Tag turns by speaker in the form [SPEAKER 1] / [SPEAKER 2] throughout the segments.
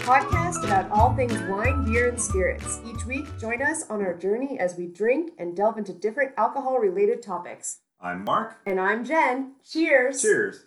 [SPEAKER 1] podcast about all things wine, beer, and spirits. Each week, join us on our journey as we drink and delve into different alcohol related topics.
[SPEAKER 2] I'm Mark.
[SPEAKER 1] And I'm Jen. Cheers.
[SPEAKER 2] Cheers.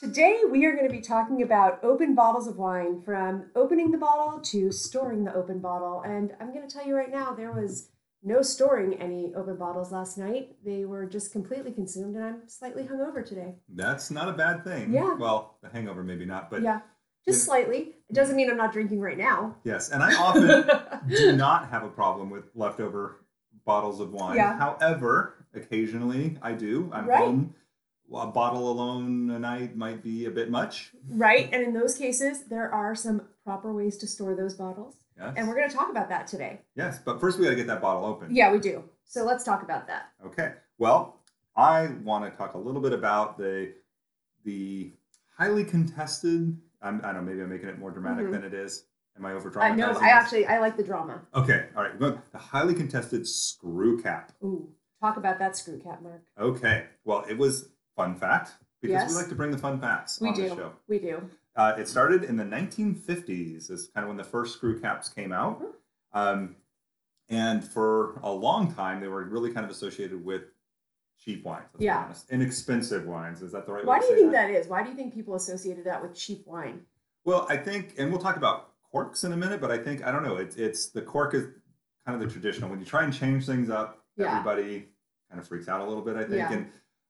[SPEAKER 1] Today, we are going to be talking about open bottles of wine from opening the bottle to storing the open bottle. And I'm going to tell you right now, there was no storing any open bottles last night. They were just completely consumed, and I'm slightly hungover today.
[SPEAKER 2] That's not a bad thing.
[SPEAKER 1] Yeah.
[SPEAKER 2] Well, the hangover maybe not, but
[SPEAKER 1] yeah, just slightly. It doesn't mean I'm not drinking right now.
[SPEAKER 2] yes. And I often do not have a problem with leftover bottles of wine.
[SPEAKER 1] Yeah.
[SPEAKER 2] However, occasionally I do. I'm
[SPEAKER 1] Right.
[SPEAKER 2] home. A bottle alone a night might be a bit much.
[SPEAKER 1] Right. And in those cases, there are some proper ways to store those bottles.
[SPEAKER 2] Yes.
[SPEAKER 1] And we're going to talk about that today.
[SPEAKER 2] yes. But first we got to get that bottle open.
[SPEAKER 1] Yeah, we do. So let's talk about that.
[SPEAKER 2] Okay. Well, I want to talk a little bit about the the highly contested. I'm, I don't know. Maybe I'm making it more dramatic
[SPEAKER 1] Mhm.
[SPEAKER 2] than it is. Am I over
[SPEAKER 1] I know. I actually, I like the drama.
[SPEAKER 2] Okay, all right. Look, the highly contested screw cap.
[SPEAKER 1] Ooh, talk about that screw cap, Mark.
[SPEAKER 2] Okay. Well, it was fun fact because
[SPEAKER 1] Yes.
[SPEAKER 2] we like to bring the fun facts
[SPEAKER 1] We
[SPEAKER 2] on the
[SPEAKER 1] do.
[SPEAKER 2] show.
[SPEAKER 1] We do.
[SPEAKER 2] Uh, it started in the 1950s. Is kind of when the first screw caps came
[SPEAKER 1] Mm-hmm.
[SPEAKER 2] out, um, and for a long time they were really kind of associated with cheap wines. Let's
[SPEAKER 1] Yeah.
[SPEAKER 2] be honest. inexpensive wines. Is that the right?
[SPEAKER 1] Why
[SPEAKER 2] way to
[SPEAKER 1] do you
[SPEAKER 2] say
[SPEAKER 1] think that is? Why do you think people associated that with cheap wine?
[SPEAKER 2] Well, I think, and we'll talk about corks in a minute, but I think I don't know. It's it's the cork is kind of the traditional. When you try and change things up,
[SPEAKER 1] Yeah.
[SPEAKER 2] everybody kind of freaks out a little bit. I think,
[SPEAKER 1] Yeah.
[SPEAKER 2] and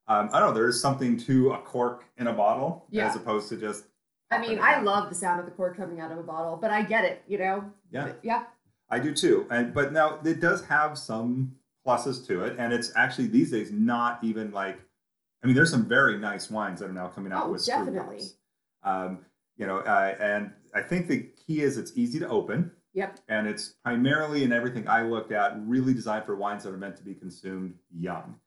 [SPEAKER 2] um, I don't know. There is something to a cork in a bottle
[SPEAKER 1] Yeah.
[SPEAKER 2] as opposed to just.
[SPEAKER 1] I mean, I love the sound of the cork coming out of a bottle, but I get it, you know?
[SPEAKER 2] Yeah.
[SPEAKER 1] But yeah.
[SPEAKER 2] I do too, and but now it does have some pluses to it, and it's actually these days not even like. I mean, there's some very nice wines that are now coming out
[SPEAKER 1] Oh,
[SPEAKER 2] with screw
[SPEAKER 1] definitely.
[SPEAKER 2] caps. Um, you know, uh, and I think the key is it's easy to open.
[SPEAKER 1] Yep.
[SPEAKER 2] and it's primarily in everything I looked at really designed for wines that are meant to be consumed young.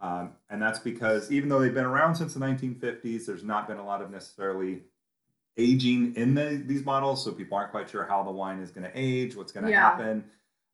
[SPEAKER 2] Um, and that's because even though they've been around since the 1950s, there's not been a lot of necessarily aging in the, these bottles. So people aren't quite sure how the wine is going to age, what's going to
[SPEAKER 1] Yeah.
[SPEAKER 2] happen,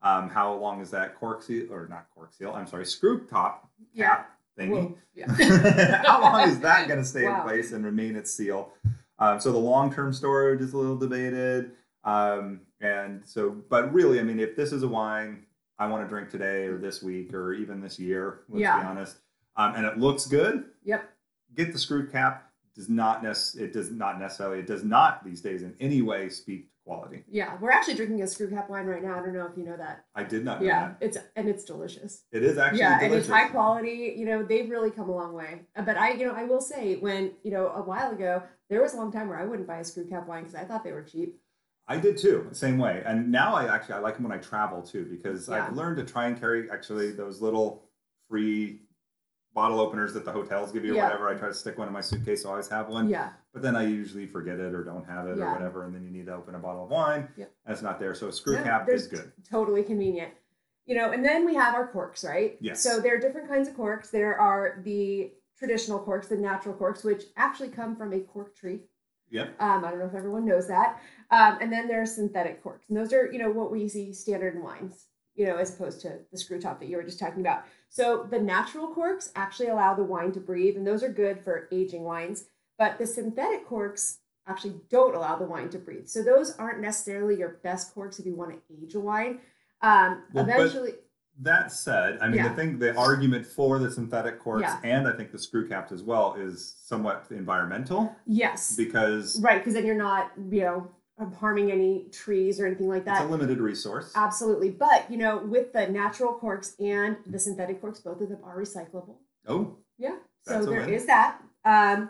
[SPEAKER 2] um, how long is that cork seal, or not cork seal, I'm sorry, screw top
[SPEAKER 1] Yeah.
[SPEAKER 2] cap thingy.
[SPEAKER 1] Whoa. Yeah.
[SPEAKER 2] how long is that going to stay
[SPEAKER 1] Wow.
[SPEAKER 2] in place and remain its seal? Um, so the long-term storage is a little debated, um, and so, but really, I mean, if this is a wine I want to drink today or this week or even this year, let's
[SPEAKER 1] Yeah.
[SPEAKER 2] be honest, um, and it looks good,
[SPEAKER 1] Yep.
[SPEAKER 2] get the screwed cap. Does not nec- it does not necessarily it does not these days in any way speak to quality.
[SPEAKER 1] Yeah. We're actually drinking a screw cap wine right now. I don't know if you know that.
[SPEAKER 2] I did not know
[SPEAKER 1] Yeah.
[SPEAKER 2] that.
[SPEAKER 1] It's and it's delicious.
[SPEAKER 2] It is actually
[SPEAKER 1] yeah, and
[SPEAKER 2] delicious.
[SPEAKER 1] it's high quality. You know, they've really come a long way. Uh, But I, you know, I will say when you know a while ago there was a long time where I wouldn't buy a screw cap wine because I thought they were cheap.
[SPEAKER 2] I did too, same way. And now I actually I like them when I travel too because
[SPEAKER 1] Yeah.
[SPEAKER 2] I've learned to try and carry actually those little free bottle openers that the hotels give you
[SPEAKER 1] Yeah.
[SPEAKER 2] or whatever. I try to stick one in my suitcase, so I always have one.
[SPEAKER 1] Yeah,
[SPEAKER 2] But then I usually forget it or don't have it
[SPEAKER 1] Yeah.
[SPEAKER 2] or whatever, and then you need to open a bottle of wine
[SPEAKER 1] Yep.
[SPEAKER 2] and it's not there. So a screw
[SPEAKER 1] No,
[SPEAKER 2] cap
[SPEAKER 1] there's-
[SPEAKER 2] is good.
[SPEAKER 1] totally convenient. You know, and then we have our corks, right?
[SPEAKER 2] Yes.
[SPEAKER 1] So there are different kinds of corks. There are the traditional corks, the natural corks, which actually come from a cork tree.
[SPEAKER 2] Yep.
[SPEAKER 1] Um, I don't know if everyone knows that. Um, and then there are synthetic corks. And those are, you know, what we see standard in wines, you know, as opposed to the screw top that you were just talking about. So the natural corks actually allow the wine to breathe, and those are good for aging wines. But the synthetic corks actually don't allow the wine to breathe. So those aren't necessarily your best corks if you want to age a wine. Um,
[SPEAKER 2] Well, but-
[SPEAKER 1] eventually,
[SPEAKER 2] That said, I mean
[SPEAKER 1] Yeah.
[SPEAKER 2] the thing the argument for the synthetic corks
[SPEAKER 1] Yeah.
[SPEAKER 2] and I think the screw caps as well is somewhat environmental
[SPEAKER 1] yes,
[SPEAKER 2] because
[SPEAKER 1] right, because then you're not, you know, harming any trees or anything like that.
[SPEAKER 2] it's a limited resource.
[SPEAKER 1] Absolutely. But, you know, with the natural corks and the synthetic corks, both of them are recyclable.
[SPEAKER 2] oh,
[SPEAKER 1] Yeah.
[SPEAKER 2] That's
[SPEAKER 1] so
[SPEAKER 2] a
[SPEAKER 1] there
[SPEAKER 2] win.
[SPEAKER 1] is that. Um,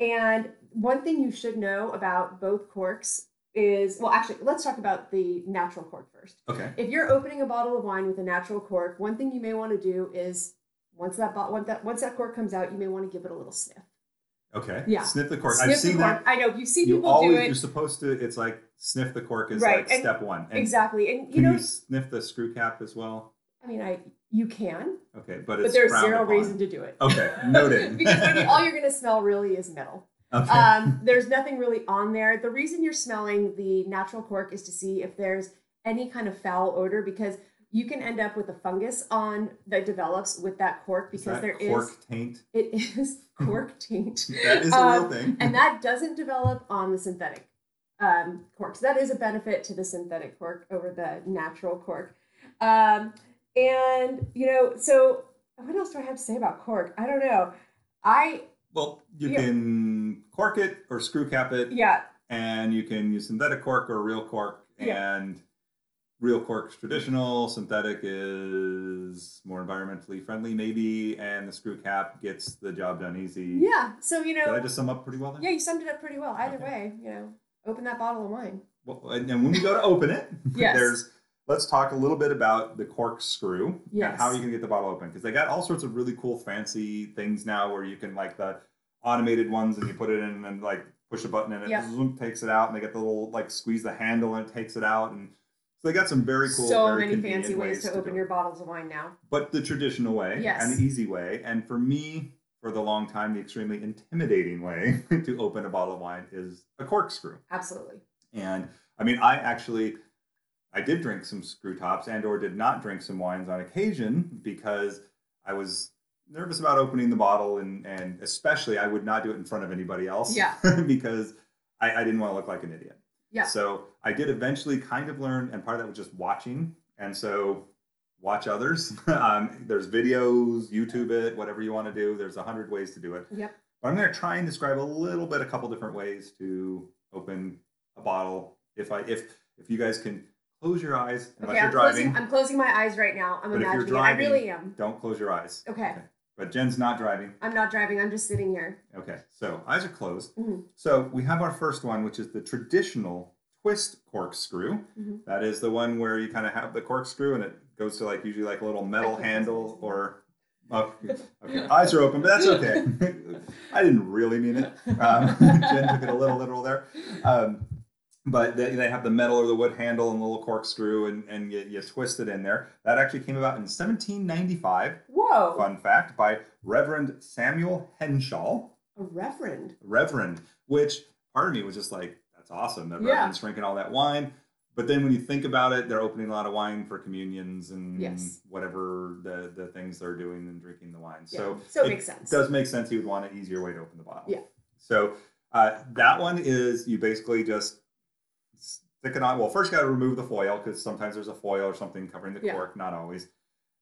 [SPEAKER 1] and one thing you should know about both corks is well, actually, let's talk about the natural cork first.
[SPEAKER 2] okay.
[SPEAKER 1] If you're opening a bottle of wine with a natural cork, one thing you may want to do is once that, bo- once that once that cork comes out, you may want to give it a little sniff.
[SPEAKER 2] Okay.
[SPEAKER 1] Yeah.
[SPEAKER 2] Sniff the cork.
[SPEAKER 1] Sniff
[SPEAKER 2] I've
[SPEAKER 1] the
[SPEAKER 2] seen that
[SPEAKER 1] cork. I know you see
[SPEAKER 2] you
[SPEAKER 1] people
[SPEAKER 2] always
[SPEAKER 1] do it
[SPEAKER 2] you're supposed to it's like sniff the cork is
[SPEAKER 1] Right,
[SPEAKER 2] like
[SPEAKER 1] and-
[SPEAKER 2] step one and
[SPEAKER 1] exactly, and you
[SPEAKER 2] can
[SPEAKER 1] know,
[SPEAKER 2] you sniff the screw cap as well
[SPEAKER 1] I mean, I you can,
[SPEAKER 2] okay but it's
[SPEAKER 1] but there's
[SPEAKER 2] frowned
[SPEAKER 1] zero
[SPEAKER 2] upon.
[SPEAKER 1] reason to do it.
[SPEAKER 2] okay noted
[SPEAKER 1] because when you, all you're going to smell really is metal.
[SPEAKER 2] okay.
[SPEAKER 1] Um, there's nothing really on there. The reason you're smelling the natural cork is to see if there's any kind of foul odor because you can end up with a fungus on that develops with that cork
[SPEAKER 2] Is that
[SPEAKER 1] because there is
[SPEAKER 2] cork Mhm. taint
[SPEAKER 1] it is cork taint,
[SPEAKER 2] that is a
[SPEAKER 1] Um,
[SPEAKER 2] real thing
[SPEAKER 1] and that doesn't develop on the synthetic. um, cork. So that is a benefit to the synthetic cork over the natural cork. Um, and you know, so what else do I have to say about cork? I don't know. I
[SPEAKER 2] Well, you
[SPEAKER 1] Yeah.
[SPEAKER 2] can cork it or screw cap it,
[SPEAKER 1] yeah
[SPEAKER 2] and you can use synthetic cork or real cork.
[SPEAKER 1] Yeah.
[SPEAKER 2] And real cork's traditional, synthetic is more environmentally friendly, maybe, and the screw cap gets the job done easy.
[SPEAKER 1] yeah. So you
[SPEAKER 2] Did I
[SPEAKER 1] know,
[SPEAKER 2] just sum up pretty well there?
[SPEAKER 1] yeah, you summed it up pretty well. Either
[SPEAKER 2] Okay.
[SPEAKER 1] way, you know, open that bottle of wine.
[SPEAKER 2] Well, and, and when we go to open it,
[SPEAKER 1] Yes.
[SPEAKER 2] there's let's talk a little bit about the corkscrew and how
[SPEAKER 1] Yes.
[SPEAKER 2] you can get the bottle open because they got all sorts of really cool fancy things now where you can like the automated ones and you put it in and like push a button and it
[SPEAKER 1] Yeah.
[SPEAKER 2] zoom, takes it out and they get the little like squeeze the handle and it takes it out and so they got some very cool
[SPEAKER 1] so
[SPEAKER 2] very
[SPEAKER 1] many
[SPEAKER 2] convenient
[SPEAKER 1] fancy ways to
[SPEAKER 2] do
[SPEAKER 1] open
[SPEAKER 2] it
[SPEAKER 1] your bottles of wine now.
[SPEAKER 2] but the traditional way
[SPEAKER 1] Yes.
[SPEAKER 2] and the easy way. And for me, for the long time, the extremely intimidating way to open a bottle of wine is a corkscrew.
[SPEAKER 1] Absolutely.
[SPEAKER 2] And I mean, I actually I did drink some screw tops and or did not drink some wines on occasion because I was nervous about opening the bottle and and especially I would not do it in front of anybody else.
[SPEAKER 1] Yeah.
[SPEAKER 2] because I, I didn't want to look like an idiot.
[SPEAKER 1] Yeah.
[SPEAKER 2] So I did eventually kind of learn, and part of that was just watching. And so watch others. um, there's videos, YouTube it, whatever you want to do. There's a hundred ways to do it.
[SPEAKER 1] Yep.
[SPEAKER 2] But I'm going to try and describe a little bit, a couple different ways to open a bottle. If I if if you guys can close your eyes unless
[SPEAKER 1] Okay,
[SPEAKER 2] you're
[SPEAKER 1] I'm
[SPEAKER 2] driving,
[SPEAKER 1] closing. I'm closing my eyes right now. I'm
[SPEAKER 2] But if you're
[SPEAKER 1] imagining. it. I
[SPEAKER 2] driving-
[SPEAKER 1] really am.
[SPEAKER 2] don't close your eyes.
[SPEAKER 1] Okay.
[SPEAKER 2] But Jen's not driving.
[SPEAKER 1] I'm not driving. I'm just sitting here.
[SPEAKER 2] Okay, so eyes are closed.
[SPEAKER 1] Mhm.
[SPEAKER 2] So we have our first one, which is the traditional twist corkscrew.
[SPEAKER 1] Mhm.
[SPEAKER 2] That is the one where you kind of have the corkscrew and it goes to like usually like a little metal
[SPEAKER 1] can't
[SPEAKER 2] handle
[SPEAKER 1] see.
[SPEAKER 2] or. Oh, okay. Eyes are open, but that's okay. I didn't really mean it. Um, Jen took it a little literal there. Um, but they, they have the metal or the wood handle and the little corkscrew, and, and you, you twist it in there. That actually came about in 1795,
[SPEAKER 1] Whoa.
[SPEAKER 2] fun fact, by Reverend Samuel Henshaw.
[SPEAKER 1] A reverend.
[SPEAKER 2] Reverend, which part of me was just like, that's awesome. That
[SPEAKER 1] Yeah.
[SPEAKER 2] Reverend's drinking all that wine. But then when you think about it, they're opening a lot of wine for communions and
[SPEAKER 1] Yes.
[SPEAKER 2] whatever the, the things they're doing and drinking the wine.
[SPEAKER 1] Yeah.
[SPEAKER 2] So,
[SPEAKER 1] so it makes sense.
[SPEAKER 2] does make sense. You would want an easier way to open the bottle.
[SPEAKER 1] Yeah.
[SPEAKER 2] So uh, that one is you basically just stick it on. Well, first you got to remove the foil because sometimes there's a foil or something covering the
[SPEAKER 1] Yeah.
[SPEAKER 2] cork. Not always.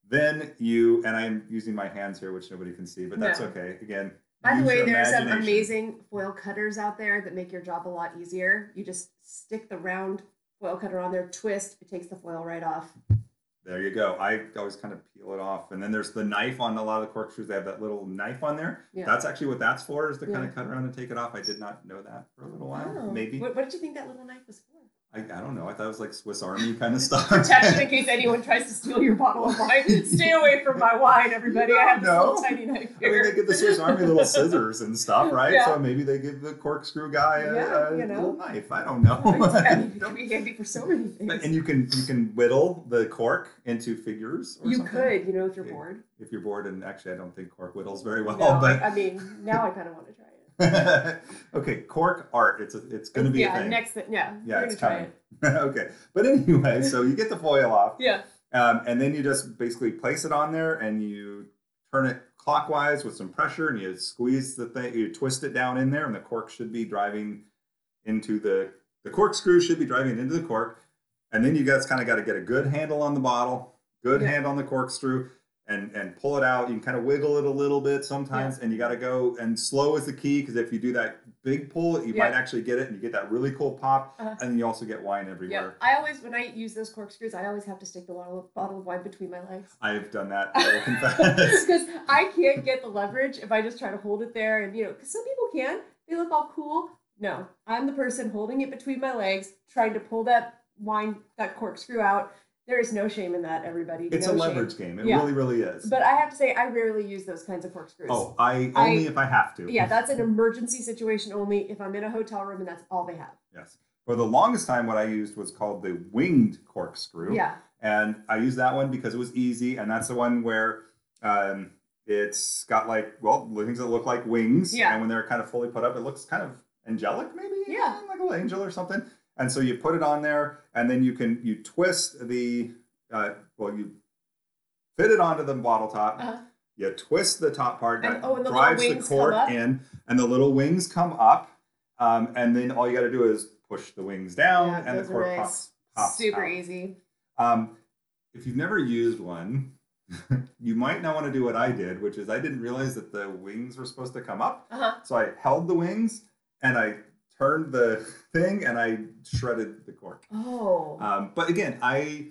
[SPEAKER 2] Then you and I'm using my hands here, which nobody can see, but that's
[SPEAKER 1] No.
[SPEAKER 2] okay. Again,
[SPEAKER 1] By the
[SPEAKER 2] use
[SPEAKER 1] way,
[SPEAKER 2] your
[SPEAKER 1] there's some
[SPEAKER 2] imagination.
[SPEAKER 1] amazing foil cutters out there that make your job a lot easier. You just stick the round foil cutter on there, twist, it takes the foil right off.
[SPEAKER 2] There you go. I always kind of peel it off. And then there's the knife on a lot of the corkscrews. They have that little knife on there.
[SPEAKER 1] Yeah.
[SPEAKER 2] That's actually what that's for, is to kind
[SPEAKER 1] Yeah.
[SPEAKER 2] of cut around and take it off. I did not know that for a little while.
[SPEAKER 1] Wow.
[SPEAKER 2] Maybe.
[SPEAKER 1] What, what did you think that little knife was for?
[SPEAKER 2] I, I don't know. I thought it was like Swiss Army kind of stuff.
[SPEAKER 1] Protection in case anyone tries to steal your bottle of wine. Stay away from my wine, everybody. I have this
[SPEAKER 2] No.
[SPEAKER 1] little tiny knife
[SPEAKER 2] I mean,
[SPEAKER 1] here.
[SPEAKER 2] they give the Swiss Army little scissors and stuff, right?
[SPEAKER 1] Yeah.
[SPEAKER 2] So maybe they give the corkscrew guy a,
[SPEAKER 1] Yeah,
[SPEAKER 2] a
[SPEAKER 1] you know.
[SPEAKER 2] little knife. I don't know.
[SPEAKER 1] I mean, it could be handy for so many things.
[SPEAKER 2] and you can you can whittle the cork into figures. Or
[SPEAKER 1] you
[SPEAKER 2] something
[SPEAKER 1] could, you know, if you're
[SPEAKER 2] Yeah.
[SPEAKER 1] bored.
[SPEAKER 2] if you're bored. And actually, I don't think cork whittles very well.
[SPEAKER 1] No, I-
[SPEAKER 2] but
[SPEAKER 1] I mean, now I kind of want to try it.
[SPEAKER 2] okay, cork art. It's a, it's going to be
[SPEAKER 1] yeah,
[SPEAKER 2] a thing.
[SPEAKER 1] next thing. Yeah,
[SPEAKER 2] yeah,
[SPEAKER 1] we're
[SPEAKER 2] it's
[SPEAKER 1] gonna try
[SPEAKER 2] coming.
[SPEAKER 1] it.
[SPEAKER 2] okay, but anyway, so you get the foil off,
[SPEAKER 1] Yeah,
[SPEAKER 2] um, and then you just basically place it on there, and you turn it clockwise with some pressure, and you squeeze the thing, you twist it down in there, and the cork should be driving into the the corkscrew should be driving into the cork, and then you guys kind of got to get a good handle on the bottle, good
[SPEAKER 1] Yeah.
[SPEAKER 2] hand on the corkscrew. And, and pull it out. You can kind of wiggle it a little bit sometimes, and you got to go and slow is the key because if you do that big pull, you
[SPEAKER 1] Yeah.
[SPEAKER 2] might actually get it, and you get that really cool pop,
[SPEAKER 1] Uh-huh.
[SPEAKER 2] and you also get wine
[SPEAKER 1] yeah.
[SPEAKER 2] everywhere.
[SPEAKER 1] I always, when I use those corkscrews, I always have to stick the bottle, bottle of wine between my legs.
[SPEAKER 2] I've done that. I will confess.
[SPEAKER 1] Because I can't get the leverage if I just try to hold it there. And, you know, because some people can, they look all cool. No, I'm the person holding it between my legs, trying to pull that wine, that corkscrew out. There is no shame in that, everybody.
[SPEAKER 2] It's
[SPEAKER 1] no
[SPEAKER 2] a
[SPEAKER 1] shame.
[SPEAKER 2] leverage game. It
[SPEAKER 1] Yeah.
[SPEAKER 2] really, really is.
[SPEAKER 1] But I have to say, I rarely use those kinds of corkscrews.
[SPEAKER 2] oh, I
[SPEAKER 1] I-
[SPEAKER 2] only if I have to.
[SPEAKER 1] Yeah, that's an emergency situation only if I'm in a hotel room and that's all they have.
[SPEAKER 2] Yes. For the longest time, what I used was called the winged corkscrew.
[SPEAKER 1] Yeah.
[SPEAKER 2] And I used that one because it was easy, and that's the one where um, it's got like well things that look like wings.
[SPEAKER 1] Yeah.
[SPEAKER 2] And when they're kind of fully put up, it looks kind of angelic, maybe.
[SPEAKER 1] Yeah.
[SPEAKER 2] Like a little angel or something. And so you put it on there, and then you can you twist the uh, well you fit it onto the bottle top.
[SPEAKER 1] Uh-huh.
[SPEAKER 2] You twist the top part
[SPEAKER 1] And-
[SPEAKER 2] that
[SPEAKER 1] oh, and the little
[SPEAKER 2] drives the
[SPEAKER 1] wings come
[SPEAKER 2] cork
[SPEAKER 1] up?
[SPEAKER 2] in, and the little wings come up. Um, and then all you got to do is push the wings down,
[SPEAKER 1] Yeah,
[SPEAKER 2] and the
[SPEAKER 1] those are
[SPEAKER 2] cork
[SPEAKER 1] nice.
[SPEAKER 2] pops, pops
[SPEAKER 1] Super
[SPEAKER 2] out.
[SPEAKER 1] easy.
[SPEAKER 2] Um, if you've never used one, you might not want to do what I did, which is I didn't realize that the wings were supposed to come up.
[SPEAKER 1] Uh-huh.
[SPEAKER 2] So I held the wings and I turned the thing and I shredded the cork.
[SPEAKER 1] Oh,
[SPEAKER 2] Um, but again, I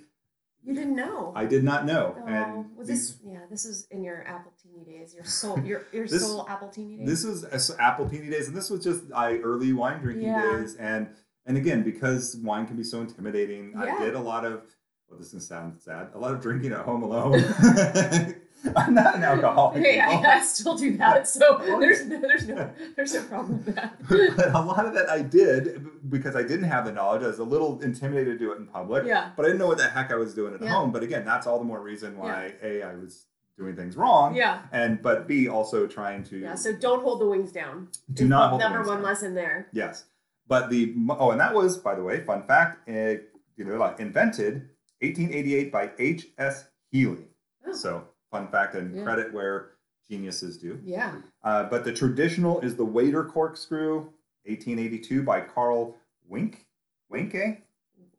[SPEAKER 1] you didn't know.
[SPEAKER 2] I did not know.
[SPEAKER 1] oh,
[SPEAKER 2] and
[SPEAKER 1] was
[SPEAKER 2] these-
[SPEAKER 1] this? Yeah, this is in your Apple Teeny days. Your soul, your your
[SPEAKER 2] This-
[SPEAKER 1] soul Apple Teeny days.
[SPEAKER 2] this was as- apple teeny days, and this was just I early wine drinking
[SPEAKER 1] Yeah.
[SPEAKER 2] days, and and again because wine can be so intimidating,
[SPEAKER 1] Yeah.
[SPEAKER 2] I did a lot of. Well, this is gonna sound sad. A lot of drinking at home alone. I'm not an alcoholic.
[SPEAKER 1] Hey, I,
[SPEAKER 2] y'all.
[SPEAKER 1] I still do that. So
[SPEAKER 2] Okay.
[SPEAKER 1] there's no, there's no there's no problem with that.
[SPEAKER 2] but a lot of that I did b- because I didn't have the knowledge. I was a little intimidated to do it in public.
[SPEAKER 1] Yeah.
[SPEAKER 2] But I didn't know what the heck I was doing at
[SPEAKER 1] Yeah.
[SPEAKER 2] home. But again, that's all the more reason why A, I was doing things wrong.
[SPEAKER 1] Yeah.
[SPEAKER 2] And but B also trying to
[SPEAKER 1] Yeah. So don't hold the wings down.
[SPEAKER 2] do
[SPEAKER 1] Is
[SPEAKER 2] not
[SPEAKER 1] the
[SPEAKER 2] hold the
[SPEAKER 1] number
[SPEAKER 2] wings
[SPEAKER 1] one
[SPEAKER 2] down.
[SPEAKER 1] lesson there.
[SPEAKER 2] Yes. But the oh, and that was, by the way, fun fact, uh, you know, like, invented 1888 by H.S. Healy.
[SPEAKER 1] Oh.
[SPEAKER 2] So fun fact and
[SPEAKER 1] Yeah.
[SPEAKER 2] credit where geniuses do.
[SPEAKER 1] Yeah.
[SPEAKER 2] Uh, but the traditional is the waiter corkscrew, 1882 by Carl Wink Winke.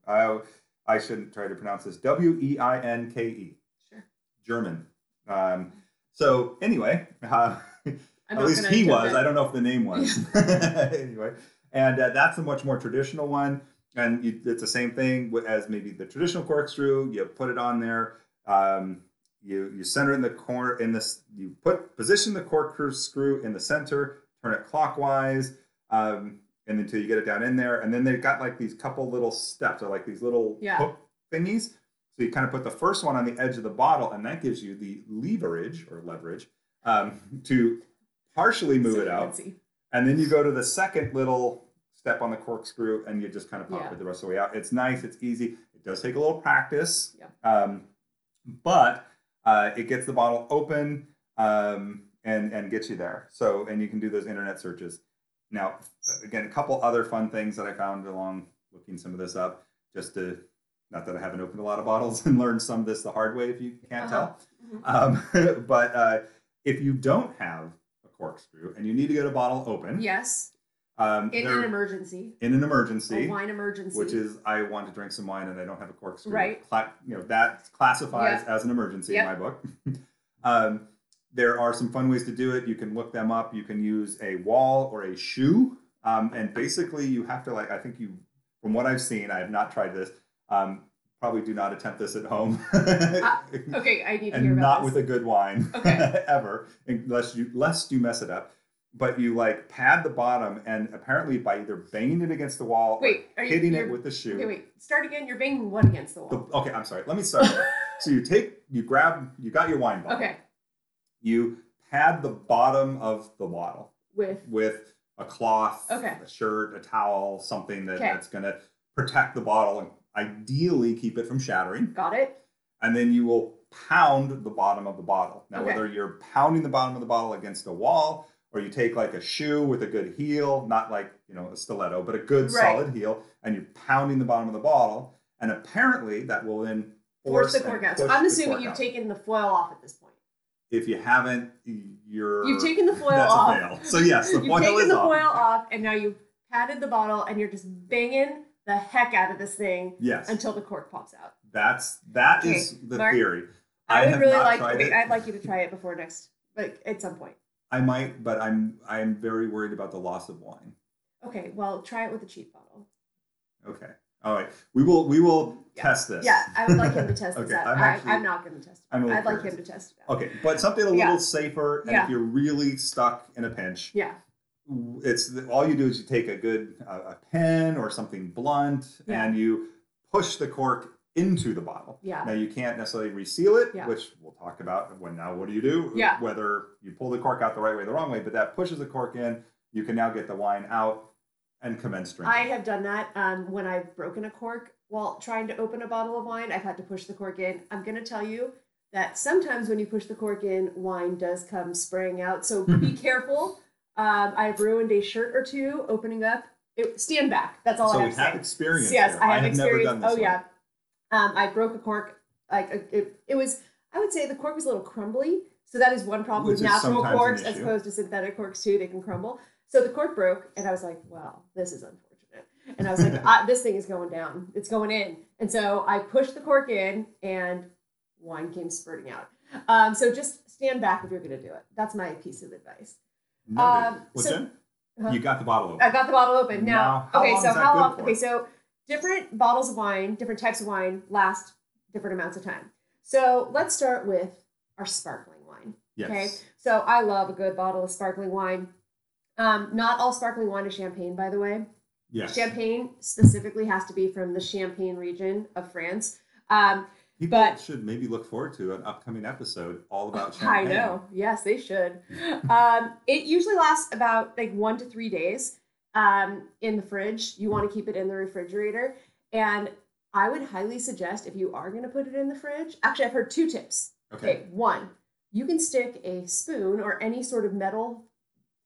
[SPEAKER 2] Uh, I shouldn't try to pronounce this. W e i n k e,
[SPEAKER 1] Sure.
[SPEAKER 2] German. Um, so anyway, uh,
[SPEAKER 1] I'm
[SPEAKER 2] at
[SPEAKER 1] not
[SPEAKER 2] least
[SPEAKER 1] gonna
[SPEAKER 2] he
[SPEAKER 1] jump
[SPEAKER 2] was.
[SPEAKER 1] in.
[SPEAKER 2] I don't know if the name was. anyway, and uh, that's a much more traditional one, and you, it's the same thing wi- as maybe the traditional corkscrew. You put it on there. Um, you you center it in the corner in this. You put position the corkscrew in the center. Turn it clockwise, um, and until you get it down in there, and then they've got like these couple little steps or like these little
[SPEAKER 1] Yeah.
[SPEAKER 2] hook thingies. So you kind of put the first one on the edge of the bottle, and that gives you the leverage or leverage um, to partially move
[SPEAKER 1] So
[SPEAKER 2] it out.
[SPEAKER 1] fancy.
[SPEAKER 2] And then you go to the second little step on the corkscrew and you just kind of pop
[SPEAKER 1] Yeah.
[SPEAKER 2] it the rest of the way out. It's nice, it's easy. It does take a little practice.
[SPEAKER 1] Yeah.
[SPEAKER 2] Um, but uh, it gets the bottle open um, and, and gets you there. So, and you can do those internet searches. Now, again, a couple other fun things that I found along looking some of this up, just to, not that I haven't opened a lot of bottles and learned some of this the hard way if you can't
[SPEAKER 1] Uh-huh.
[SPEAKER 2] tell.
[SPEAKER 1] Mhm.
[SPEAKER 2] Um, but uh, if you don't have a corkscrew and you need to get a bottle open,
[SPEAKER 1] Yes.
[SPEAKER 2] um,
[SPEAKER 1] In
[SPEAKER 2] there-
[SPEAKER 1] an emergency,
[SPEAKER 2] in an
[SPEAKER 1] a
[SPEAKER 2] emergency,
[SPEAKER 1] wine emergency.
[SPEAKER 2] which is I want to drink some wine and I don't have a corkscrew,
[SPEAKER 1] Right.
[SPEAKER 2] Cla- you know that classifies as an emergency
[SPEAKER 1] Yep.
[SPEAKER 2] in my book. um, there are some fun ways to do it. You can look them up. You can use a wall or a shoe, um, and basically you have to like I think you, from what I've seen, I have not tried this. Um, probably do not attempt this at home.
[SPEAKER 1] okay. I need to hear
[SPEAKER 2] and not
[SPEAKER 1] about
[SPEAKER 2] with
[SPEAKER 1] this.
[SPEAKER 2] a good wine
[SPEAKER 1] Okay.
[SPEAKER 2] ever, unless you lest you mess it up. But you like pad the bottom, and apparently by either banging it against the wall, or
[SPEAKER 1] Wait, are you-
[SPEAKER 2] hitting it
[SPEAKER 1] you're-
[SPEAKER 2] with the shoe.
[SPEAKER 1] Okay, wait. Start again. You're banging one against the
[SPEAKER 2] The-
[SPEAKER 1] wall.
[SPEAKER 2] okay, I'm sorry. Let me start. over. so you take, you grab, you got your wine bottle.
[SPEAKER 1] Okay.
[SPEAKER 2] You pad the bottom of the bottle
[SPEAKER 1] With
[SPEAKER 2] with a cloth,
[SPEAKER 1] Okay.
[SPEAKER 2] a shirt, a towel, something that,
[SPEAKER 1] Okay.
[SPEAKER 2] that's going to protect the bottle and ideally keep it from shattering.
[SPEAKER 1] got it.
[SPEAKER 2] and then you will pound the bottom of the bottle. Now,
[SPEAKER 1] Okay.
[SPEAKER 2] whether you're pounding the bottom of the bottle against a wall or you take like a shoe with a good heel, not like, you know, a stiletto, but a good
[SPEAKER 1] Right.
[SPEAKER 2] solid heel, and you're pounding the bottom of the bottle. And apparently that will then force,
[SPEAKER 1] Force the
[SPEAKER 2] and
[SPEAKER 1] cork out. So
[SPEAKER 2] push
[SPEAKER 1] I'm
[SPEAKER 2] the
[SPEAKER 1] assuming
[SPEAKER 2] cork
[SPEAKER 1] you've
[SPEAKER 2] out.
[SPEAKER 1] taken the foil off at this point.
[SPEAKER 2] If you haven't, you're.
[SPEAKER 1] You've taken the foil
[SPEAKER 2] That's
[SPEAKER 1] off.
[SPEAKER 2] a fail. So, yes, the
[SPEAKER 1] You've
[SPEAKER 2] foil
[SPEAKER 1] taken
[SPEAKER 2] is
[SPEAKER 1] the
[SPEAKER 2] off.
[SPEAKER 1] foil off, and now you've patted the bottle, and you're just banging the heck out of this thing
[SPEAKER 2] Yes.
[SPEAKER 1] until the cork pops out.
[SPEAKER 2] that's that is
[SPEAKER 1] Okay,
[SPEAKER 2] the
[SPEAKER 1] Mark,
[SPEAKER 2] theory.
[SPEAKER 1] I, would
[SPEAKER 2] have
[SPEAKER 1] really
[SPEAKER 2] not
[SPEAKER 1] like.
[SPEAKER 2] tried
[SPEAKER 1] wait,
[SPEAKER 2] it.
[SPEAKER 1] I'd like you to try it before next, like at some point.
[SPEAKER 2] I might, but I'm I'm very worried about the loss of wine.
[SPEAKER 1] Okay, well, try it with a cheap bottle.
[SPEAKER 2] Okay. All right. We will we will
[SPEAKER 1] Yeah.
[SPEAKER 2] test this.
[SPEAKER 1] Yeah, I would like him to test this
[SPEAKER 2] Okay,
[SPEAKER 1] out.
[SPEAKER 2] I'm
[SPEAKER 1] I,
[SPEAKER 2] actually-
[SPEAKER 1] I'm not going to test it.
[SPEAKER 2] I'm a little
[SPEAKER 1] I'd like him
[SPEAKER 2] curious.
[SPEAKER 1] to test it out.
[SPEAKER 2] Okay, but something a little
[SPEAKER 1] Yeah.
[SPEAKER 2] safer, and
[SPEAKER 1] Yeah.
[SPEAKER 2] if you're really stuck in a pinch,
[SPEAKER 1] Yeah,
[SPEAKER 2] it's all you do is you take a good uh, a pen or something blunt,
[SPEAKER 1] Yeah.
[SPEAKER 2] and you push the cork into the bottle.
[SPEAKER 1] yeah,
[SPEAKER 2] Now you can't necessarily reseal it,
[SPEAKER 1] Yeah.
[SPEAKER 2] which we'll talk about. When now, what do you do?
[SPEAKER 1] Yeah.
[SPEAKER 2] Whether you pull the cork out the right way, or the wrong way, but that pushes the cork in. You can now get the wine out and commence drinking.
[SPEAKER 1] I have done that um, when I've broken a cork while trying to open a bottle of wine. I've had to push the cork in. I'm going to tell you that sometimes when you push the cork in, wine does come spraying out. So be careful. Um, I've ruined a shirt or two opening up. It, stand back. That's all
[SPEAKER 2] so
[SPEAKER 1] I
[SPEAKER 2] we
[SPEAKER 1] have to
[SPEAKER 2] have
[SPEAKER 1] say.
[SPEAKER 2] experience.
[SPEAKER 1] Yes,
[SPEAKER 2] here.
[SPEAKER 1] I have,
[SPEAKER 2] never
[SPEAKER 1] experience.
[SPEAKER 2] done this.
[SPEAKER 1] oh
[SPEAKER 2] one.
[SPEAKER 1] yeah, um, I broke a cork. Like uh, it, it was. I would say the cork was a little crumbly. So that is one problem
[SPEAKER 2] Which
[SPEAKER 1] with
[SPEAKER 2] is
[SPEAKER 1] natural
[SPEAKER 2] sometimes an
[SPEAKER 1] corks as
[SPEAKER 2] issue.
[SPEAKER 1] opposed to synthetic corks too. They can crumble. So the cork broke, and I was like, "Wow, this is unfortunate." And I was like, I, this thing is going down. It's going in. And so I pushed the cork in and wine came spurting out. Um, so just stand back if you're going to do it. That's my piece of advice.
[SPEAKER 2] Noted.
[SPEAKER 1] Um,
[SPEAKER 2] well,
[SPEAKER 1] so- uh-huh.
[SPEAKER 2] Jen,
[SPEAKER 1] Huh?
[SPEAKER 2] you got the bottle open.
[SPEAKER 1] I got the bottle open. Now,
[SPEAKER 2] Now, how
[SPEAKER 1] okay,
[SPEAKER 2] long
[SPEAKER 1] so
[SPEAKER 2] is that
[SPEAKER 1] how
[SPEAKER 2] good
[SPEAKER 1] long?
[SPEAKER 2] for?
[SPEAKER 1] Okay, so different bottles of wine, different types of wine last different amounts of time. So let's start with our sparkling wine.
[SPEAKER 2] yes.
[SPEAKER 1] Okay, so I love a good bottle of sparkling wine. Um, not all sparkling wine is champagne, by the way.
[SPEAKER 2] Yes.
[SPEAKER 1] Champagne specifically has to be from the Champagne region of France. Um,
[SPEAKER 2] People
[SPEAKER 1] but-
[SPEAKER 2] should maybe look forward to an upcoming episode all about
[SPEAKER 1] I
[SPEAKER 2] champagne.
[SPEAKER 1] know. Yes, they should. um, it usually lasts about like one to three days um, in the fridge. You want to keep it in the refrigerator. And I would highly suggest if you are going to put it in the fridge, actually, I've heard two tips.
[SPEAKER 2] Okay.
[SPEAKER 1] Okay. one, you can stick a spoon or any sort of metal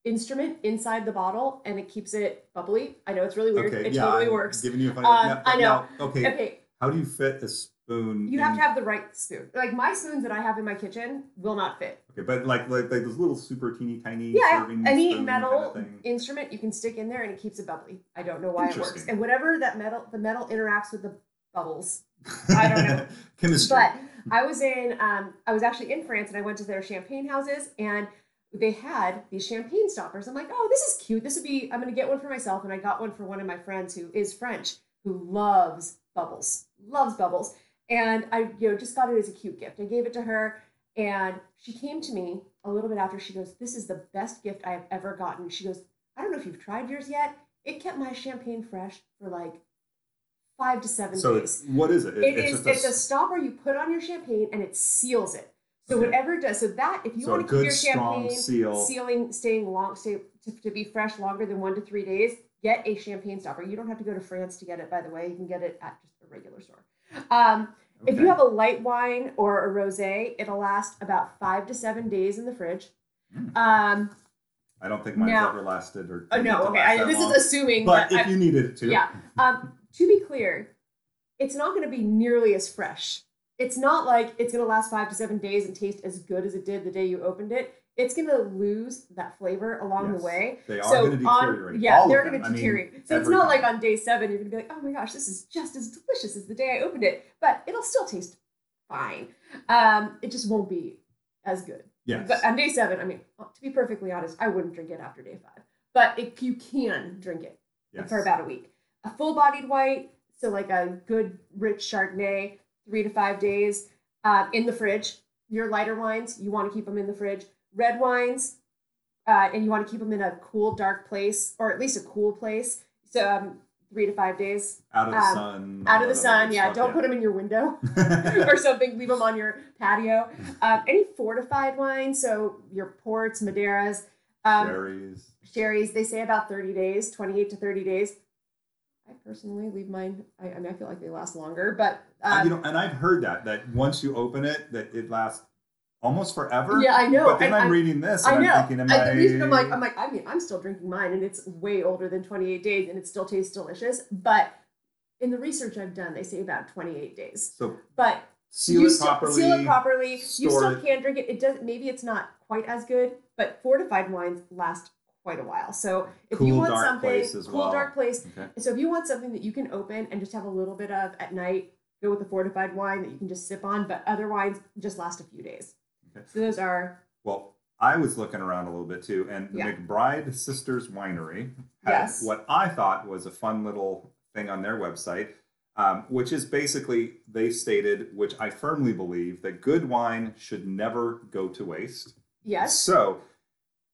[SPEAKER 1] instrument inside the bottle and it keeps it bubbly. I know it's really weird.
[SPEAKER 2] Okay.
[SPEAKER 1] it
[SPEAKER 2] yeah,
[SPEAKER 1] totally
[SPEAKER 2] I'm
[SPEAKER 1] works.
[SPEAKER 2] Giving you a funny.
[SPEAKER 1] Um,
[SPEAKER 2] now-
[SPEAKER 1] I know.
[SPEAKER 2] now, okay.
[SPEAKER 1] Okay,
[SPEAKER 2] How do you fit a spoon?
[SPEAKER 1] you have
[SPEAKER 2] in-
[SPEAKER 1] to have the right spoon. Like my spoons that I have in my kitchen will not fit.
[SPEAKER 2] Okay, but like like like those little super teeny tiny
[SPEAKER 1] Yeah,
[SPEAKER 2] serving
[SPEAKER 1] any
[SPEAKER 2] spoon
[SPEAKER 1] metal
[SPEAKER 2] kind of thing.
[SPEAKER 1] instrument you can stick in there and it keeps it bubbly. I don't know why it works.
[SPEAKER 2] Interesting.
[SPEAKER 1] And whatever that metal, the metal interacts with the bubbles. I don't know.
[SPEAKER 2] Chemistry.
[SPEAKER 1] But I was in, um, I was actually in France and I went to their champagne houses and they had these champagne stoppers. I'm like, oh, this is cute. This would be, I'm going to get one for myself. And I got one for one of my friends who is French, who loves bubbles, loves bubbles. And I, you know, just got it as a cute gift. I gave it to her and she came to me a little bit after. She goes, this is the best gift I have ever gotten. She goes, I don't know if you've tried yours yet. It kept my champagne fresh for like five to seven
[SPEAKER 2] so
[SPEAKER 1] days.
[SPEAKER 2] it's, what is it? It-
[SPEAKER 1] It is.
[SPEAKER 2] just
[SPEAKER 1] It's a
[SPEAKER 2] s-
[SPEAKER 1] stopper you put on your champagne, and it seals it. So
[SPEAKER 2] Okay.
[SPEAKER 1] whatever it does, so that if you
[SPEAKER 2] so a
[SPEAKER 1] want to keep
[SPEAKER 2] good
[SPEAKER 1] your
[SPEAKER 2] strong
[SPEAKER 1] champagne
[SPEAKER 2] seal.
[SPEAKER 1] sealing, staying long, stay, to, to be fresh longer than one to three days, get a champagne stopper. You don't have to go to France to get it. By the way, you can get it at just a regular store. Um, if you
[SPEAKER 2] Okay.
[SPEAKER 1] have a light wine or a rosé, it'll last about five to seven days in the fridge.
[SPEAKER 2] Mm.
[SPEAKER 1] Um,
[SPEAKER 2] I don't think mine's
[SPEAKER 1] now-
[SPEAKER 2] ever lasted or.
[SPEAKER 1] oh,
[SPEAKER 2] continued
[SPEAKER 1] no,
[SPEAKER 2] to
[SPEAKER 1] okay,
[SPEAKER 2] last
[SPEAKER 1] I,
[SPEAKER 2] that
[SPEAKER 1] this
[SPEAKER 2] long.
[SPEAKER 1] is assuming,
[SPEAKER 2] But
[SPEAKER 1] that
[SPEAKER 2] if
[SPEAKER 1] I-
[SPEAKER 2] you needed it to.
[SPEAKER 1] yeah. Um, to be clear, it's not going to be nearly as fresh. It's not like it's going to last five to seven days and taste as good as it did the day you opened it. It's going to lose that flavor along
[SPEAKER 2] Yes.
[SPEAKER 1] the way.
[SPEAKER 2] They are
[SPEAKER 1] so
[SPEAKER 2] going to
[SPEAKER 1] on,
[SPEAKER 2] deteriorate.
[SPEAKER 1] yeah,
[SPEAKER 2] All
[SPEAKER 1] they're
[SPEAKER 2] of
[SPEAKER 1] going
[SPEAKER 2] them.
[SPEAKER 1] to
[SPEAKER 2] I mean,
[SPEAKER 1] deteriorate. so it's
[SPEAKER 2] every
[SPEAKER 1] not like
[SPEAKER 2] time.
[SPEAKER 1] on day seven you're going to be like, oh my gosh, this is just as delicious as the day I opened it, but it'll still taste fine. Um, it just won't be as good.
[SPEAKER 2] Yes.
[SPEAKER 1] But uh, on day seven, I mean, to be perfectly honest, I wouldn't drink it after day five. But if you can drink it
[SPEAKER 2] yes.
[SPEAKER 1] for about a week. A full bodied white, so like a good rich Chardonnay, three to five days uh, in the fridge. Your lighter wines, you want to keep them in the fridge. Red wines, uh, and you want to keep them in a cool, dark place, or at least a cool place. So um, three to five days
[SPEAKER 2] out of the
[SPEAKER 1] um,
[SPEAKER 2] sun.
[SPEAKER 1] out of the sun. Yeah, don't put them in your window
[SPEAKER 2] put
[SPEAKER 1] or something. Leave them on your patio. Um, any fortified wine, so your ports, Madeiras. Um,
[SPEAKER 2] Cherries.
[SPEAKER 1] sherry's they say about 30 days 28 to 30 days i personally leave mine i, I mean i feel like they last longer but
[SPEAKER 2] Uh, you
[SPEAKER 1] um,
[SPEAKER 2] know, and I've heard that that once you open it, that it lasts almost forever.
[SPEAKER 1] yeah i know
[SPEAKER 2] But then
[SPEAKER 1] I,
[SPEAKER 2] I'm
[SPEAKER 1] I-
[SPEAKER 2] reading this,
[SPEAKER 1] I
[SPEAKER 2] and
[SPEAKER 1] know.
[SPEAKER 2] I'm thinking, am
[SPEAKER 1] I, the reason I'm like,
[SPEAKER 2] I-
[SPEAKER 1] I'm like, I mean, I'm still drinking mine, and it's way older than 28 days, and it still tastes delicious. But in the research I've done, they say about 28 days.
[SPEAKER 2] so
[SPEAKER 1] But
[SPEAKER 2] seal
[SPEAKER 1] you
[SPEAKER 2] it
[SPEAKER 1] still,
[SPEAKER 2] properly.
[SPEAKER 1] seal it properly. You
[SPEAKER 2] store
[SPEAKER 1] still
[SPEAKER 2] it.
[SPEAKER 1] can drink it. It does. Maybe it's not quite as good, but fortified wines last quite a while. So if you
[SPEAKER 2] Cool,
[SPEAKER 1] want
[SPEAKER 2] dark
[SPEAKER 1] something
[SPEAKER 2] place as
[SPEAKER 1] cool,
[SPEAKER 2] well.
[SPEAKER 1] dark place,
[SPEAKER 2] Okay.
[SPEAKER 1] So if you want something that you can open and just have a little bit of at night, go with a fortified wine that you can just sip on, but other wines just last a few days.
[SPEAKER 2] Okay.
[SPEAKER 1] So those are
[SPEAKER 2] Well, I was looking around a little bit too, and the
[SPEAKER 1] Yeah.
[SPEAKER 2] McBride Sisters Winery had
[SPEAKER 1] Yes.
[SPEAKER 2] what I thought was a fun little thing on their website, um, which is basically they stated, which I firmly believe, that good wine should never go to waste.
[SPEAKER 1] yes.
[SPEAKER 2] So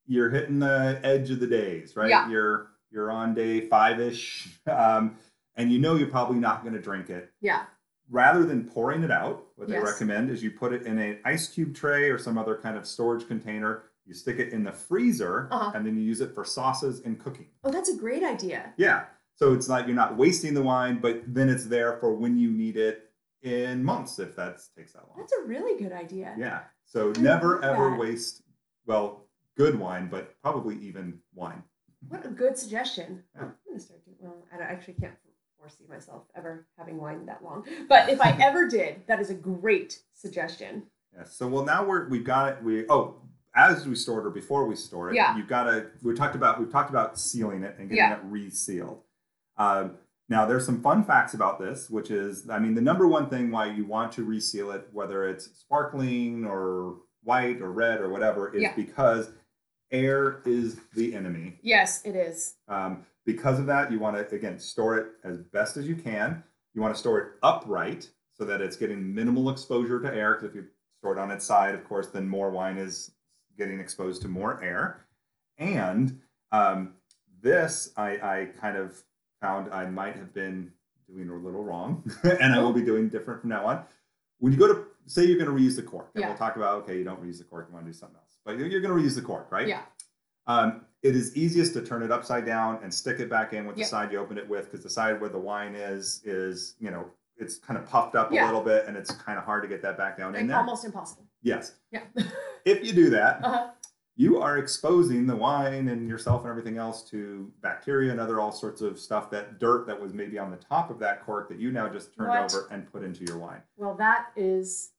[SPEAKER 2] you're hitting the edge of the days, right?
[SPEAKER 1] Yeah.
[SPEAKER 2] You're you're on day five ish, um, and you know you're probably not going to drink it.
[SPEAKER 1] Yeah.
[SPEAKER 2] Rather than pouring it out, what they
[SPEAKER 1] Yes.
[SPEAKER 2] recommend is you put it in an ice cube tray or some other kind of storage container. You stick it in the freezer,
[SPEAKER 1] Uh-huh.
[SPEAKER 2] and then you use it for sauces and cooking.
[SPEAKER 1] Oh, that's a great idea.
[SPEAKER 2] Yeah. So it's like you're not wasting the wine, but then it's there for when you need it in months if that takes that long.
[SPEAKER 1] That's a really good idea.
[SPEAKER 2] Yeah. So
[SPEAKER 1] I
[SPEAKER 2] never
[SPEAKER 1] love
[SPEAKER 2] ever
[SPEAKER 1] that.
[SPEAKER 2] waste, well, good wine, but probably even wine.
[SPEAKER 1] What a good suggestion.
[SPEAKER 2] Yeah.
[SPEAKER 1] I'm gonna start doing well. I don't- I actually can't foresee myself ever having wine that long, but if I ever did, that is a great suggestion.
[SPEAKER 2] Yeah. So well, now we're we've got it. We oh, as we store it or before we store it,
[SPEAKER 1] Yeah.
[SPEAKER 2] you've got to. We talked about we've talked about sealing it and getting
[SPEAKER 1] Yeah.
[SPEAKER 2] it resealed. Uh, now, there's some fun facts about this, which is, I mean, the number one thing why you want to reseal it, whether it's sparkling or white or red or whatever, is
[SPEAKER 1] Yeah.
[SPEAKER 2] because air is the enemy.
[SPEAKER 1] Yes, it is.
[SPEAKER 2] Um, because of that, you want to again store it as best as you can. You want to store it upright so that it's getting minimal exposure to air. Because if you store it on its side, of course, then more wine is getting exposed to more air. And um, this, I, I kind of found I might have been doing a little wrong, and I will be doing different from now on. When you go to say you're going to reuse the cork, and
[SPEAKER 1] Yeah.
[SPEAKER 2] we'll talk about okay, you don't reuse the cork, you want to do something else, but you're, you're going to reuse the cork, right?
[SPEAKER 1] Yeah.
[SPEAKER 2] Um, it is easiest to turn it upside down and stick it back in with
[SPEAKER 1] Yep.
[SPEAKER 2] the side you opened it with because the side where the wine is is you know it's kind of puffed up
[SPEAKER 1] Yeah.
[SPEAKER 2] a little bit and it's kind of hard to get that back down in
[SPEAKER 1] Like
[SPEAKER 2] there.
[SPEAKER 1] almost impossible.
[SPEAKER 2] yes.
[SPEAKER 1] Yeah.
[SPEAKER 2] If you do that,
[SPEAKER 1] Uh-huh.
[SPEAKER 2] you are exposing the wine and yourself and everything else to bacteria and other all sorts of stuff that dirt that was maybe on the top of that cork that you now just turned
[SPEAKER 1] What?
[SPEAKER 2] over and put into your wine.
[SPEAKER 1] Well, that is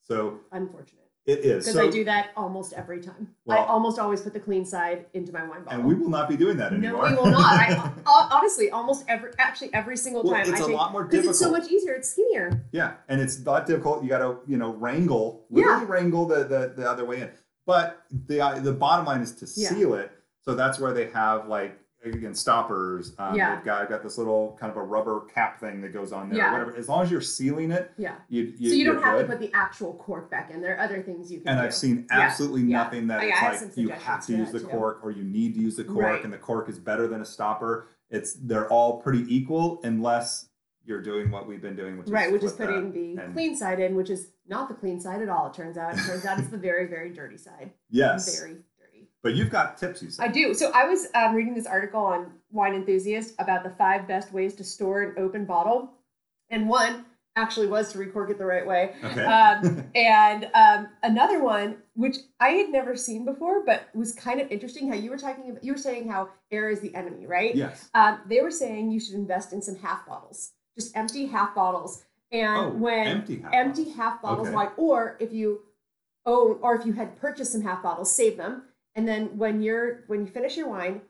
[SPEAKER 2] So
[SPEAKER 1] unfortunate
[SPEAKER 2] it is.
[SPEAKER 1] because
[SPEAKER 2] So
[SPEAKER 1] I do that almost every time. I
[SPEAKER 2] Well-
[SPEAKER 1] almost always put the clean side into my wine bottle.
[SPEAKER 2] and we will not be doing that
[SPEAKER 1] no,
[SPEAKER 2] anymore.
[SPEAKER 1] we will not. I, ho- honestly, almost every, actually every single
[SPEAKER 2] Well,
[SPEAKER 1] time.
[SPEAKER 2] it's
[SPEAKER 1] I
[SPEAKER 2] a
[SPEAKER 1] take,
[SPEAKER 2] lot more
[SPEAKER 1] because
[SPEAKER 2] difficult.
[SPEAKER 1] it's so much easier. It's skinnier.
[SPEAKER 2] Yeah, and it's not difficult. You got to you know wrangle, literally wrangle the, the the other way in. But the the bottom line is to
[SPEAKER 1] Yeah.
[SPEAKER 2] seal it. So that's where they have like again stoppers. Um,
[SPEAKER 1] Yeah.
[SPEAKER 2] they've got I've got this little kind of a rubber cap thing that goes on there.
[SPEAKER 1] Yeah.
[SPEAKER 2] Or whatever. As long as you're sealing it,
[SPEAKER 1] Yeah.
[SPEAKER 2] you, you
[SPEAKER 1] so you
[SPEAKER 2] you're
[SPEAKER 1] don't have
[SPEAKER 2] good.
[SPEAKER 1] to put the actual cork back in. There are other things you can
[SPEAKER 2] And
[SPEAKER 1] do.
[SPEAKER 2] I've seen
[SPEAKER 1] Yeah,
[SPEAKER 2] absolutely
[SPEAKER 1] yeah.
[SPEAKER 2] nothing that
[SPEAKER 1] I- I have
[SPEAKER 2] it's
[SPEAKER 1] some
[SPEAKER 2] like you
[SPEAKER 1] suggestions
[SPEAKER 2] have to
[SPEAKER 1] for
[SPEAKER 2] use
[SPEAKER 1] that
[SPEAKER 2] the
[SPEAKER 1] too.
[SPEAKER 2] cork or you need to use the cork
[SPEAKER 1] Right.
[SPEAKER 2] and the cork is better than a stopper. It's they're all pretty equal unless you're doing what we've been doing, which
[SPEAKER 1] right,
[SPEAKER 2] is
[SPEAKER 1] which is
[SPEAKER 2] flip that.
[SPEAKER 1] putting the
[SPEAKER 2] and-
[SPEAKER 1] clean side in, which is not the clean side at all. It turns out. It turns out it's the very, very dirty side.
[SPEAKER 2] yes.
[SPEAKER 1] Very dirty.
[SPEAKER 2] But you've got tips, you said.
[SPEAKER 1] I do. So I was um, reading this article on Wine Enthusiast about the five best ways to store an open bottle, and one actually was to recork it the right way.
[SPEAKER 2] okay.
[SPEAKER 1] Um, and um, another one, which I had never seen before, but was kind of interesting, how you were talking about, you were saying how air is the enemy, right?
[SPEAKER 2] yes.
[SPEAKER 1] Um, they were saying you should invest in some half bottles, just empty half bottles. And
[SPEAKER 2] Oh,
[SPEAKER 1] um, when
[SPEAKER 2] empty half.
[SPEAKER 1] empty half bottles
[SPEAKER 2] Okay.
[SPEAKER 1] wine, or if you own or if you had purchased some half bottles, save them. And then when you're when you finish your wine,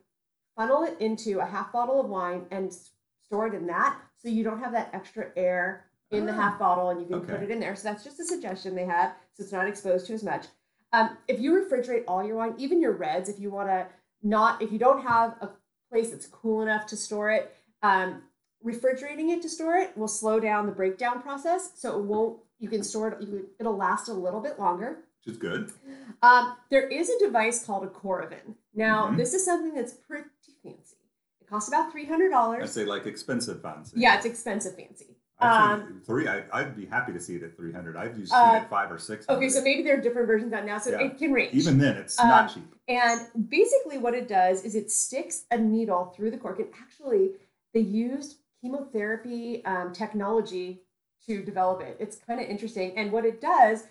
[SPEAKER 1] funnel it into a half bottle of wine and s- store it in that so you don't have that extra air in the
[SPEAKER 2] Ah,
[SPEAKER 1] half bottle and you can put
[SPEAKER 2] okay.
[SPEAKER 1] it in there. So that's just a suggestion they had, so it's not exposed to as much. Um, if you refrigerate all your wine, even your reds, if you want to not, if you don't have a place that's cool enough to store it, um, refrigerating it to store it will slow down the breakdown process. So it won't, you can store it, you, can- it'll last a little bit longer.
[SPEAKER 2] Which is good.
[SPEAKER 1] Um, there is a device called a Coravin. Now,
[SPEAKER 2] Mhm.
[SPEAKER 1] this is something that's pretty fancy. It costs about $300.
[SPEAKER 2] I'd say like expensive fancy.
[SPEAKER 1] yeah, it's expensive fancy.
[SPEAKER 2] I'd say
[SPEAKER 1] Um,
[SPEAKER 2] three. I, I'd be happy to see it at three hundred. I've used
[SPEAKER 1] Uh,
[SPEAKER 2] seen it five or six.
[SPEAKER 1] okay, so um, maybe there are different versions out now, so
[SPEAKER 2] Yeah.
[SPEAKER 1] it can range.
[SPEAKER 2] even then, it's not cheap.
[SPEAKER 1] And basically, what it does is it sticks a needle through the cork. And actually, they used chemotherapy um, technology to develop it. It's kind of interesting. And what it does,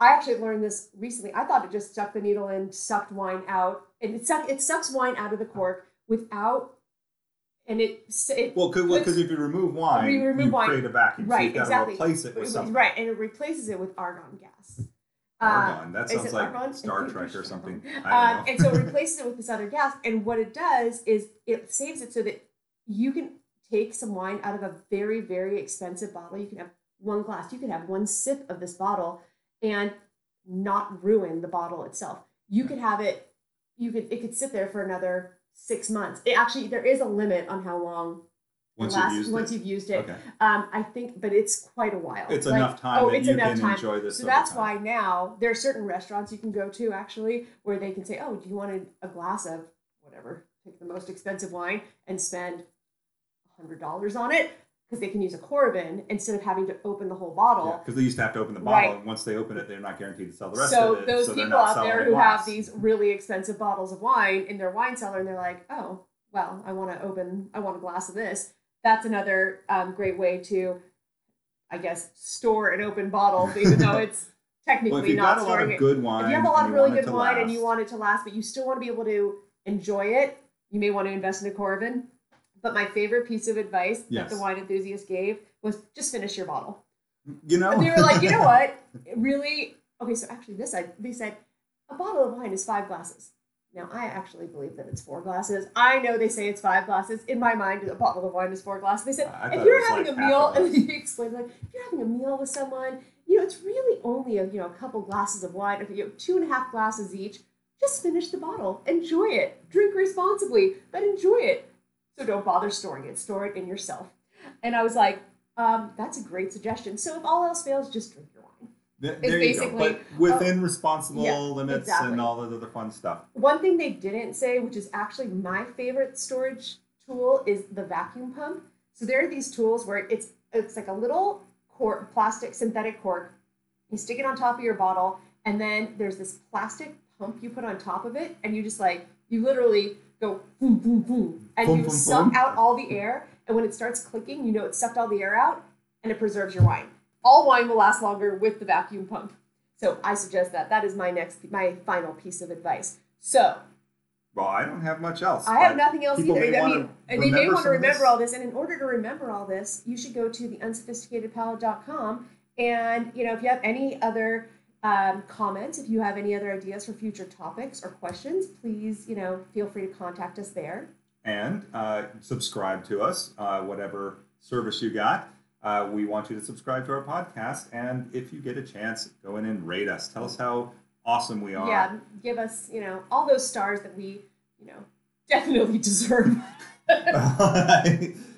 [SPEAKER 1] I actually learned this recently. I thought it just stuck the needle in, sucked wine out, and it, suck, it sucks wine out of the cork without, and it, it
[SPEAKER 2] Well, because if you remove wine,
[SPEAKER 1] We remove
[SPEAKER 2] you
[SPEAKER 1] wine.
[SPEAKER 2] create a vacuum. so
[SPEAKER 1] Right,
[SPEAKER 2] you've got
[SPEAKER 1] exactly.
[SPEAKER 2] to replace it with something.
[SPEAKER 1] right, and it replaces it with argon gas. Uh,
[SPEAKER 2] Argon. that
[SPEAKER 1] is
[SPEAKER 2] sounds
[SPEAKER 1] it
[SPEAKER 2] like
[SPEAKER 1] argon?
[SPEAKER 2] Star
[SPEAKER 1] It's
[SPEAKER 2] Trek or something.
[SPEAKER 1] argon.
[SPEAKER 2] I
[SPEAKER 1] Um,
[SPEAKER 2] don't know.
[SPEAKER 1] and so it replaces it with this other gas. And what it does is it saves it so that you can take some wine out of a very, very expensive bottle. You can have one glass, you can have one sip of this bottle and not ruin the bottle itself. You could have it, you could it could sit there for another six months. It actually there is a limit on how long it
[SPEAKER 2] once
[SPEAKER 1] lasts
[SPEAKER 2] you've used
[SPEAKER 1] once
[SPEAKER 2] it.
[SPEAKER 1] you've used it.
[SPEAKER 2] okay.
[SPEAKER 1] Um, I think, but it's quite a while.
[SPEAKER 2] It's
[SPEAKER 1] Like,
[SPEAKER 2] enough time
[SPEAKER 1] oh,
[SPEAKER 2] that
[SPEAKER 1] it's
[SPEAKER 2] you
[SPEAKER 1] enough
[SPEAKER 2] can
[SPEAKER 1] time.
[SPEAKER 2] enjoy this.
[SPEAKER 1] so
[SPEAKER 2] over
[SPEAKER 1] that's
[SPEAKER 2] time.
[SPEAKER 1] why now there are certain restaurants you can go to actually where they can say, "Oh, do you want a glass of whatever? Pick the most expensive wine and spend hundred dollars on it because they can use a Coravin instead of having to open the whole bottle."
[SPEAKER 2] Because they used to have to open the bottle,
[SPEAKER 1] Right.
[SPEAKER 2] and once they open it, they're not guaranteed to sell the rest
[SPEAKER 1] so
[SPEAKER 2] of it.
[SPEAKER 1] those
[SPEAKER 2] so they're
[SPEAKER 1] people
[SPEAKER 2] not
[SPEAKER 1] out
[SPEAKER 2] selling
[SPEAKER 1] there
[SPEAKER 2] it
[SPEAKER 1] who have
[SPEAKER 2] lost.
[SPEAKER 1] these really expensive bottles of wine in their wine cellar and they're like, "Oh, well, I want to open, I want a glass of this." That's another um, great way to, I guess, store an open bottle, even though it's technically
[SPEAKER 2] Well, if you've got
[SPEAKER 1] not
[SPEAKER 2] a lot
[SPEAKER 1] storing
[SPEAKER 2] of
[SPEAKER 1] it.
[SPEAKER 2] good wine,
[SPEAKER 1] if you have a
[SPEAKER 2] and
[SPEAKER 1] lot of
[SPEAKER 2] you
[SPEAKER 1] really
[SPEAKER 2] want it
[SPEAKER 1] good
[SPEAKER 2] to
[SPEAKER 1] wine and you
[SPEAKER 2] last-
[SPEAKER 1] want it to last, but you still want to be able to enjoy it, you may want to invest in a Coravin. But my favorite piece of advice
[SPEAKER 2] Yes.
[SPEAKER 1] that the wine enthusiast gave was just finish your bottle.
[SPEAKER 2] you know,
[SPEAKER 1] And they were like, you know what? It Really? Okay, so actually, this I they said a bottle of wine is five glasses. Now, I actually believe that it's four glasses. I know they say it's five glasses. In my mind, a bottle of wine is four glasses. They said,
[SPEAKER 2] I thought
[SPEAKER 1] if
[SPEAKER 2] it
[SPEAKER 1] you're
[SPEAKER 2] was
[SPEAKER 1] having
[SPEAKER 2] like
[SPEAKER 1] a
[SPEAKER 2] half
[SPEAKER 1] meal,
[SPEAKER 2] of
[SPEAKER 1] and you explain, like, if you're having a meal with someone, you know, it's really only a, you know, a couple glasses of wine, if you have two and a half glasses each, just finish the bottle. Enjoy it. Drink responsibly, but enjoy it. So don't bother storing it. Store it in yourself. And I was like, um, that's a great suggestion. So if all else fails, just drink your wine.
[SPEAKER 2] Th-
[SPEAKER 1] It's
[SPEAKER 2] there you go. But
[SPEAKER 1] basically- oh,
[SPEAKER 2] within responsible
[SPEAKER 1] yeah,
[SPEAKER 2] limits
[SPEAKER 1] exactly.
[SPEAKER 2] and all that other fun stuff.
[SPEAKER 1] One thing they didn't say, which is actually my favorite storage tool, is the vacuum pump. So there are these tools where it's it's like a little cork, plastic synthetic cork. You stick it on top of your bottle, and then there's this plastic pump you put on top of it, and you just like you literally go boom, boom, boom, and
[SPEAKER 2] Boom,
[SPEAKER 1] you
[SPEAKER 2] boom,
[SPEAKER 1] suck
[SPEAKER 2] boom.
[SPEAKER 1] out all the air. And when it starts clicking, you know it sucked all the air out, and it preserves your wine. All wine will last longer with the vacuum pump. So I suggest that. That is my next, my final piece of advice. So
[SPEAKER 2] Well, I don't have much else.
[SPEAKER 1] I have
[SPEAKER 2] but
[SPEAKER 1] nothing else
[SPEAKER 2] people
[SPEAKER 1] either.
[SPEAKER 2] may
[SPEAKER 1] I
[SPEAKER 2] wanna
[SPEAKER 1] mean, and they may
[SPEAKER 2] remember
[SPEAKER 1] want to
[SPEAKER 2] some of this.
[SPEAKER 1] remember all this. And in order to remember all this, you should go to theunsophisticatedpalate.com. And you know, if you have any other um, comments, if you have any other ideas for future topics or questions, please, you know, feel free to contact us there.
[SPEAKER 2] And uh, subscribe to us, uh, whatever service you got. Uh, we want you to subscribe to our podcast. And if you get a chance, go in and rate us. Tell us how awesome we are.
[SPEAKER 1] Yeah, give us, you know, all those stars that we, you know, definitely deserve.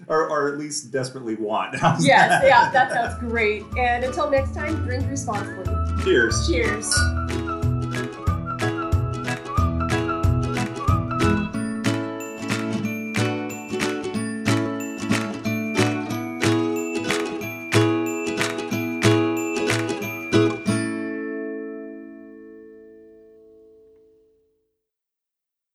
[SPEAKER 2] or, or at least desperately want. How's
[SPEAKER 1] yes,
[SPEAKER 2] that?
[SPEAKER 1] yeah, that sounds great. And until next time, drink responsibly.
[SPEAKER 2] Cheers.
[SPEAKER 1] Cheers.